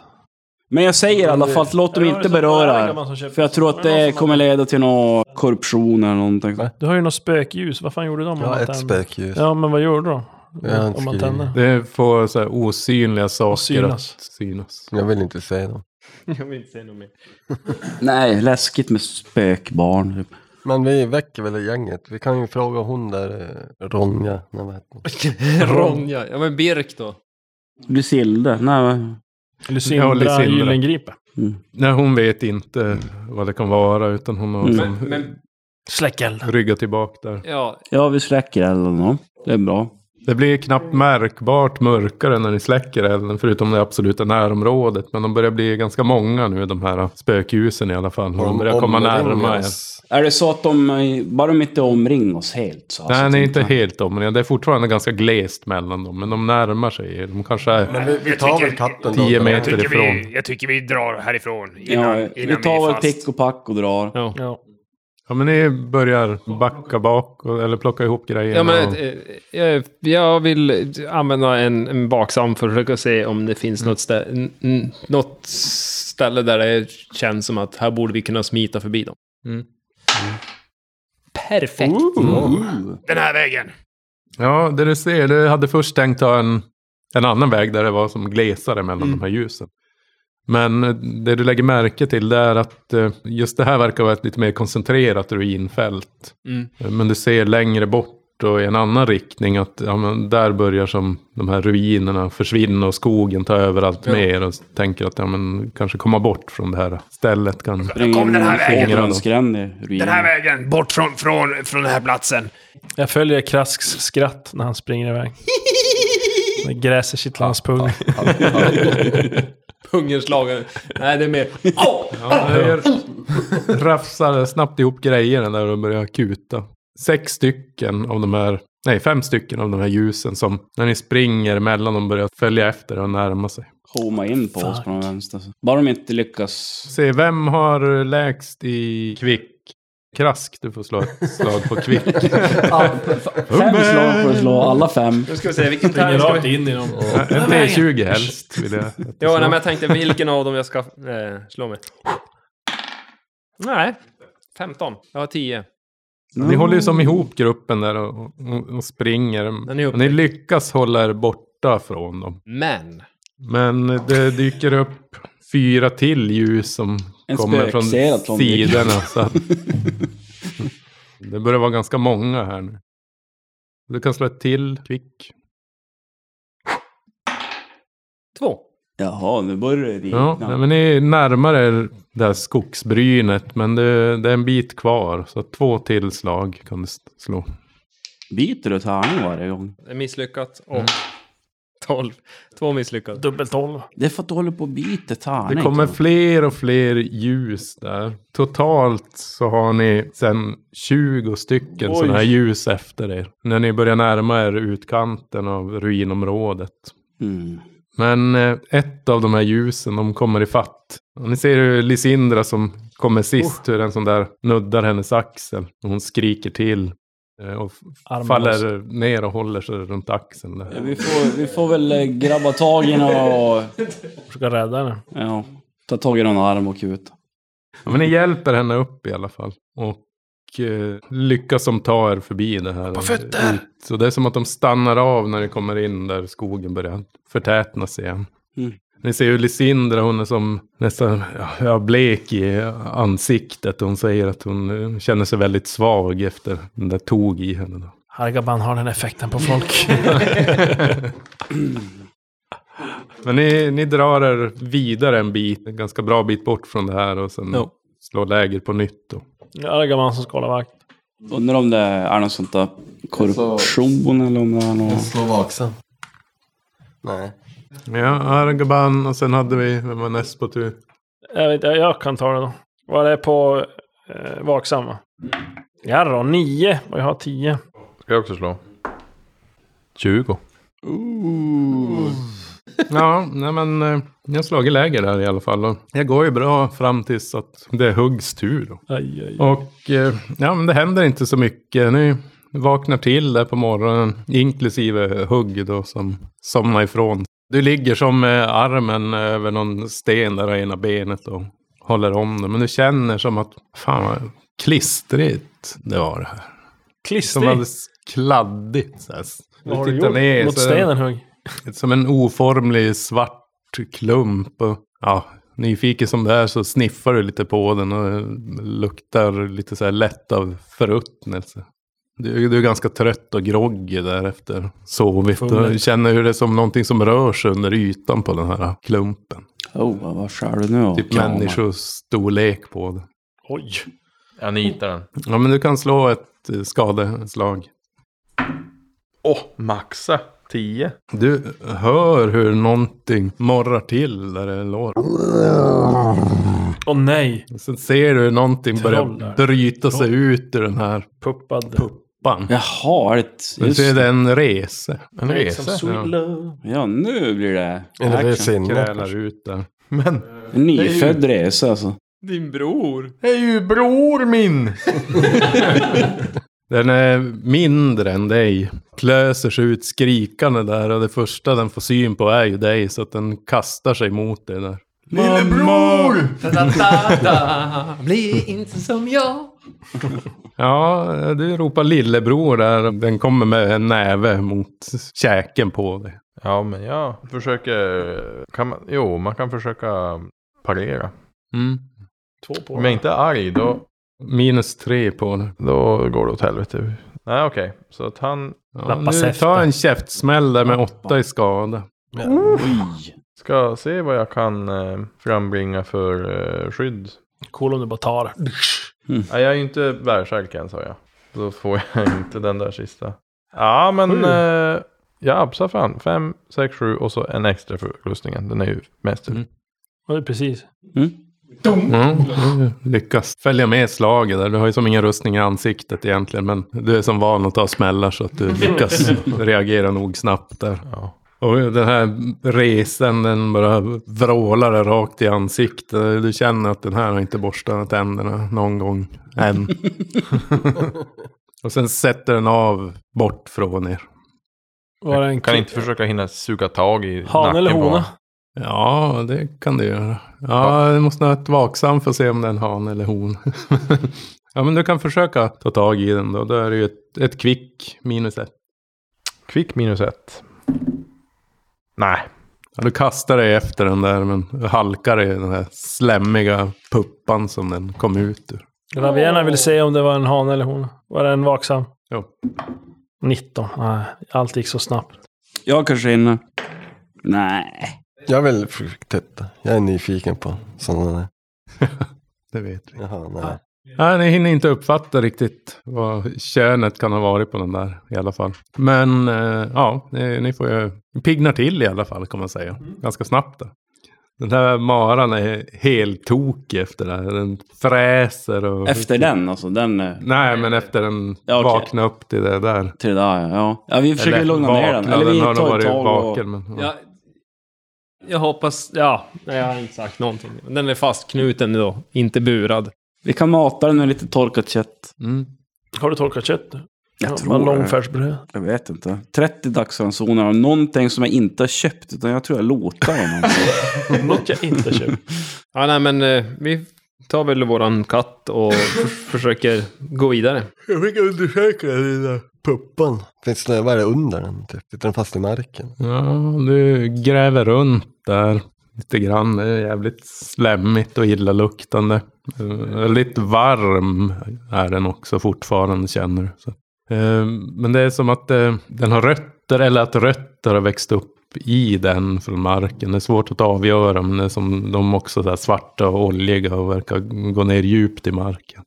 S3: Men jag säger i alla fall att låt dem
S7: Eller var det
S3: inte
S7: så-
S3: beröra.
S7: Nej,
S3: er.
S7: gammal som köpte-
S3: För jag tror att
S7: Var det någon
S3: det
S7: som
S3: kommer
S7: hade-
S3: leda till någon korruption eller någonting.
S7: Du har ju något spökljus. Vad fan gjorde de? om
S8: Ja,
S7: man
S8: ett
S7: tände?
S8: spökljus.
S7: Ja, men vad gjorde de?
S8: Jag har inte
S7: om man
S8: skrivit.
S7: tände?
S2: Det får så här osynliga saker
S7: synas.
S2: att synas.
S8: Jag vill inte säga dem.
S6: Jag vill inte säga något mer.
S3: Nej, läskigt med spökbarn. typ.
S8: Men vi väcker väl gänget. Vi kan ju fråga hon där, eh, Ronja. Nej, vad heter hon?
S6: Ronja. Ja men Birk då.
S3: Lucielde? Nej, mm. vad-
S2: Ja,
S7: Lysindra
S2: Lysindra.
S7: Gyllengripe.
S2: Nej, hon vet inte vad det kan vara utan hon har
S3: Mm.
S2: liksom
S6: Men
S7: Släck elden.
S2: ryggat tillbaka där.
S6: ja,
S3: ja, vi släcker elden då. Det är bra.
S2: Det blir knappt märkbart mörkare när ni släcker elden, förutom det absoluta närområdet. Men de börjar bli ganska många nu, de här spökljusen i alla fall. De börjar komma
S8: omringar
S2: närmare er.
S8: oss.
S3: Är det så att de, eh, bara de inte omringar oss helt så?
S2: Nej,
S3: alltså,
S2: ni är
S3: typ,
S2: inte helt omringa. Det är fortfarande ganska glest mellan dem, men de närmar sig er. De kanske är
S8: Men vi, vi tar väl katten då.
S2: 10 meter ifrån.
S9: Vi, jag tycker vi drar härifrån innan,
S3: typ- Ja, vi
S9: innan
S3: tar
S9: är
S3: väl
S9: fast.
S3: pick och pack och drar.
S6: ja.
S7: Ja.
S2: Ja, men ni börjar backa bak och, eller plocka ihop grejer.
S6: Ja, men,
S2: och-
S6: eh, jag, jag vill använda en, en baksam för att försöka se om det finns något, stä n- n- något ställe där det känns som att här borde vi kunna smita förbi dem. Mm. Perfekt.
S9: Den här vägen.
S2: Ja, det du ser, du hade först tänkt ta en, en annan väg där det var som glesare mellan de här ljusen. Men eh, det du lägger märke till det är att eh, just det här verkar vara ett lite mer koncentrerat ruinfält.
S6: Mm.
S2: Eh, Men du ser längre bort och i en annan riktning att ja, men där börjar som de här ruinerna försvinna och skogen tar över allt mer. Och tänker att ja, men, kanske komma bort från det här stället. Kan...
S3: Bring
S9: Kom den här vägen
S3: in
S2: då.
S3: brunnsgränder, ruiner.
S9: Den här vägen. Bort från, från, från den här platsen.
S7: Jag följer Krasks skratt när han springer iväg. Det gräser kittlar hans pung.
S6: Hungerslagare. Nej, det är mer...
S2: Höjer, rafsar snabbt ihop grejerna när de börjar kuta. Sex stycken av de här, nej fem stycken av de här ljusen som när ni springer mellan dem börjar följa efter och närma sig.
S3: Homa in på oss på den vänster. Bara de inte lyckas.
S2: Se, vem har lägst i kvick? Krask, du får slå ett slag på kvick.
S3: Ja, fem slag får du slå, alla fem.
S6: Nu ska vi se, vilken
S7: Springer
S6: tärning ska
S7: rakt
S6: vi...
S7: in i dem.
S2: En T20 helst vill jag. att du
S6: Jo,
S2: slår.
S6: nej, men jag tänkte vilken av dem jag ska eh, slå med. Nej, 15. Jag har 10.
S2: Ni håller ju som ihop gruppen där och, och, och springer.
S6: Den är ihop.
S2: Och ni lyckas hålla er borta från dem.
S6: Men.
S2: Men det dyker upp fyra till ljus som
S3: En
S2: kommer från
S3: spökserat som dyker upp.
S2: sidorna. Så att det börjar vara ganska många här nu. Du kan slå ett till kvick.
S6: Två.
S3: Jaha, nu börjar det
S2: Ja, nej, men ni är närmare er det här skogsbrynet. Men det, det är en bit kvar. Så att två till slag kan du s- slå.
S3: Biter du tärning varje gång?
S6: Det är Misslyckat.
S7: Mm.
S6: Och 12. Två misslyckade.
S7: Dubbel 12.
S3: Det är för att du håller på och biter tärning.
S2: Det kommer
S3: Tom.
S2: fler och fler ljus där. Totalt så har ni sen 20 stycken sådana här ljus efter er. När ni börjar närma er utkanten av ruinområdet.
S3: Mm.
S2: Men eh, ett av de här ljusen, de kommer i fatt. Och ni ser hur Lisindra som kommer sist, hur en sån där nuddar hennes axel. Och Hon skriker till. eh, Och f-
S7: Armarna
S2: faller ner och håller sig runt axeln där.
S3: Vi, får, vi får väl eh, grabba tag i någon och
S7: Försöka rädda henne.
S3: ja, ta tag i någon arm och kuta.
S2: Ja, men ni hjälper henne upp i alla fall. Och eh, lyckas som ta er förbi det här. På fötter! Ut. Så det är som att de stannar av när ni kommer in där skogen börjar förtätna sig igen.
S3: Mm.
S2: Ni ser ju Lisindra, hon är som nästan ja, ja, blek i ansiktet. Hon säger att hon eh, känner sig väldigt svag efter den där tog i henne. Då.
S7: Hargaban har den effekten på folk.
S2: Men ni, ni drar er vidare en bit, en ganska bra bit bort från det här och sen
S6: Ja.
S2: slår läger på nytt. Då.
S7: Hargaban som ska hålla vakt.
S3: Undrar om det är något sånt där korruption eller om det är något...
S8: Slå vaksam. Nej.
S2: Ja, Argaban och sen hade vi, vem var näst på tur?
S7: Jag, vet, jag- jag kan ta den då. Vad är det på eh, vaksam? va? Ja då, nio. Och jag har tio.
S5: Ska jag också slå? 20.
S2: Ja, nej men eh, ni har slagit läger där i alla fall. Och det går ju bra fram tills att det huggs tur. Då.
S7: Aj, aj.
S2: Och eh, ja, men det händer inte så mycket. Ni vaknar till där på morgonen, inklusive hugg då som somnar ifrån. Du ligger som med armen över någon sten där och ena benet och håller om det. Men du känner som att, fan vad klistrigt det var det här. Som
S7: Klistrig.
S2: alldeles kladdigt. Så här.
S7: Vad har
S2: Du
S7: du
S2: tittar
S7: gjort
S2: ner.
S7: mot
S2: så är det-
S7: stenen hugg?
S2: som en oformlig svart klump. Och, ja, nyfiken som det är så sniffar du lite på den och eh, luktar lite så här lätt av förruttnelse. Du, du är ganska trött och groggig där efter sovit och
S7: Fumligt.
S2: känner hur det är som någonting som rör sig under ytan på den här klumpen.
S3: Oh, vad- vad skär du nu?
S2: Typ
S3: Kramar.
S2: människostorlek på det.
S7: Oj.
S5: Jag nitar den.
S2: Ja men du kan slå ett eh, skadeslag.
S5: Åh, maxa 10.
S2: Du hör hur någonting morrar till där det lår.
S7: Åh nej.
S2: Sen ser du hur någonting börjar
S7: Trollar.
S2: bryta sig ut ur den här
S7: Puppad.
S2: puppan.
S3: Jaha, är det... Just
S2: Men så är det en rese.
S5: En
S7: Liksom
S5: resa.
S2: Ja.
S3: Ja, nu blir det...
S8: Eller det är
S3: action.
S8: sinne.
S2: Krälar ut där.
S5: Men,
S3: En nyfödd resa alltså.
S6: Din bror.
S5: det är ju bror min!
S2: Den är mindre än dig. Klöser sig ut skrikande där och det första den får syn på är ju dig så att den kastar sig mot dig där.
S5: Lillebror!
S6: Bli inte som jag.
S2: Ja, du ropar lillebror där. Den kommer med en näve mot käken på dig.
S5: Ja, men jag försöker... Kan man, jo, man kan försöka parera.
S2: Mm.
S7: Två på.
S5: Om jag inte är arg, då,
S2: Minus tre på dig.
S5: då går det åt helvete. Nej, okej. Så att han...
S2: Ja,
S7: Lappas
S2: nu
S7: efter.
S2: ta en käftsmäll där med åtta i skada.
S3: Oj!
S5: Ska se vad jag kan eh, frambringa för eh, skydd.
S7: Cool om du bara tar.
S5: Nej, jag är ju inte bärsärk än, sa jag. Då får jag inte den där sista. Ja, men eh, jag absar fan. fem, sex, sju och så en extra för rustningen. Den är ju mest. typ-
S2: Mm.
S7: Ja, det är precis.
S2: Mm, du lyckas följa med slaget där. Du har ju som ingen rustning i ansiktet egentligen. Men du är som van att ta smällar så att du lyckas reagera nog snabbt där.
S5: Ja.
S2: Och den här resen den bara vrålar dig rakt i ansiktet. Du känner att den här har inte borstat tänderna någon gång än. och sen sätter den av bort från er.
S7: Var det en
S5: Kan
S7: kli-
S5: inte försöka hinna suga tag i
S7: Hane eller
S5: nacken på
S7: hona?
S5: honom.
S2: Ja, det kan du göra. Ja, du måste nog vara vaksam för att se om det är en han eller hon. ja, men du kan försöka ta tag i den då. Då är det ju ett, ett kvick minus ett.
S5: Kvick minus ett. Nej.
S2: Ja, du kastar dig efter den där, men halkar i den här slämmiga puppan som den kom ut ur.
S7: Ravierna vill se om det var en hane eller hon. Var det en vaksam?
S2: Jo.
S7: 19. Nej, allt gick så snabbt.
S3: Jag kanske hinner. Nej.
S8: Jag vill försöka titta. Jag är nyfiken på sådana där.
S2: Det vet vi.
S8: Jaha, nej.
S2: Nej, ni hinner inte uppfatta riktigt vad könet kan ha varit på den där i alla fall. Men eh, ja, ni, ni får ju ni piggnar till i alla fall kan man säga.
S3: Mm.
S2: Ganska snabbt där. Den där maran är helt tokig efter det här. Den fräser och...
S3: Efter den alltså, den... eh,
S2: Nej, men efter den
S3: Ja, okej.
S2: vaknar upp till det där.
S3: Till det där, ja. Ja, vi försöker lugna ner den.
S2: vaknar,
S3: Eller vi
S2: har nog
S3: tar ett
S2: varit
S3: tag och...
S2: vaken. Men, ja.
S6: Jag, jag hoppas... Ja, nej, jag har inte sagt någonting. Den är fastknuten då, inte burad.
S3: Vi kan mata den med lite torkat kött.
S2: Mm.
S7: Har du torkat kött?
S3: Jag
S7: det.
S3: tror
S7: var
S3: det.
S7: Långfärsbröd.
S3: Jag vet inte. 30 dagsransoner av någonting som jag inte har köpt, utan jag tror jag lotar honom.
S7: Något jag inte köpt.
S6: Ja, nej, men eh, vi tar väl våran katt och förs- försöker gå vidare.
S8: Jag fick undersöka den där puppan. Finns det, vad är det under den typ? Sitter den fast i marken?
S2: Ja, du gräver runt där lite grann. Det är jävligt slemmigt och illaluktande. Eh, Lite varm är den också fortfarande känner du. Så. Eh, Men det är som att eh, den har rötter eller att rötter har växt upp i den från marken. Det är svårt att avgöra men det är som de också så här svarta och oljiga och verkar gå ner djupt i marken.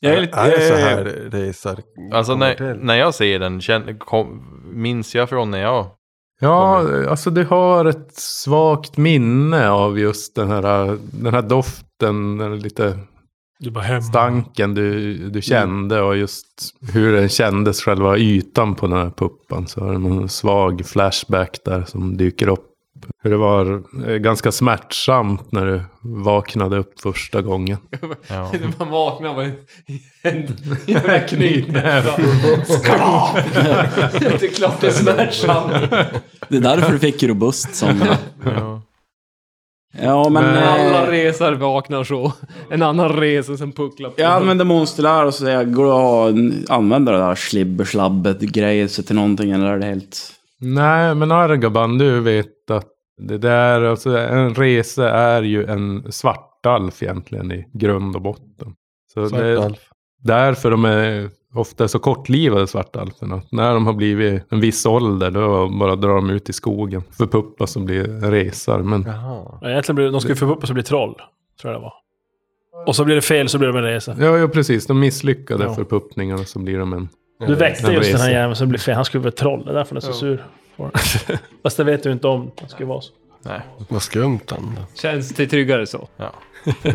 S3: Jag är lite...
S8: Är det så här resar?
S5: Alltså
S8: kommer
S5: när,
S8: till?
S5: när jag ser den, känn, kom, minns jag från när jag...
S2: Ja, alltså du har ett svagt minne av just den här, den här doften, den här lite
S7: Du bara hem.
S2: stanken du, du kände och just hur den kändes, själva ytan på den här puppan. Så är det någon svag flashback där som dyker upp. Hur det var eh, ganska smärtsamt när du vaknade upp första gången.
S5: Ja.
S6: Man vaknar med en jävla knytnäve. Det är klart det är smärtsamt.
S3: Det är därför du fick robust som...
S5: Ja.
S3: Ja, men...
S6: Alla
S3: eh,
S6: resar vaknar så. En annan reser som pucklar på.
S3: Jag använder monsterlär och så säger jag, går det att ha- använda det där slibberslabbet grejen till någonting eller är det helt...
S2: Nej, men Argaban, du vet att det där, alltså en resa är ju en svartalf egentligen i grund och botten. Så det-
S8: Svartalf.
S2: därför de är ofta så kortlivade svartalferna. Att När de har blivit en viss ålder då bara drar de ut i skogen. Förpuppas som blir resar. Men
S8: Jaha.
S7: Ja, egentligen blir, de ska ju förpuppas och bli troll. Tror jag det var. Och så blir det fel så blir de en resa.
S2: ja, ja precis. De misslyckade
S7: Ja.
S2: förpuppningarna så blir de en...
S7: Du väckte
S2: en
S7: just den här
S2: resa.
S7: jäveln som blev fel. Han skulle vara troll. Det är därför han är så sur. på den. Fast det vet du inte om. Det skulle vara så.
S8: Vad skumt han då.
S6: Känns det tryggare så?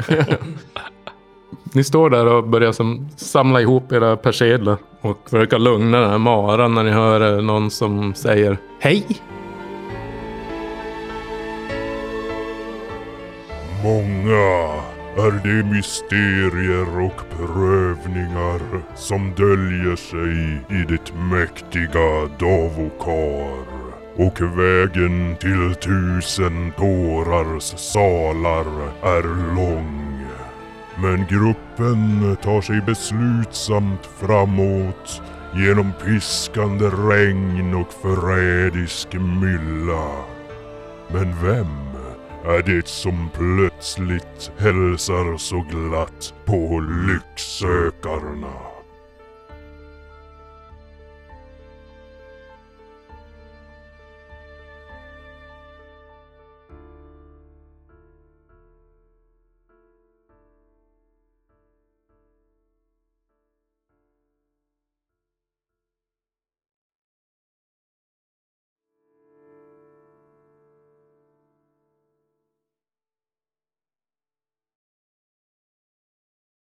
S2: Ni står där och börjar som samla ihop era persedlar. Och försöka lugna den här maran när ni hör eh, någon som säger hej.
S1: Många är de mysterier och prövningar som döljer sig i det mäktiga Davokar och vägen till tusen tårars salar är lång. Men gruppen tar sig beslutsamt framåt genom piskande regn och förrädisk mylla. Men vem är det som plötsligt hälsar så glatt på lycksökarna?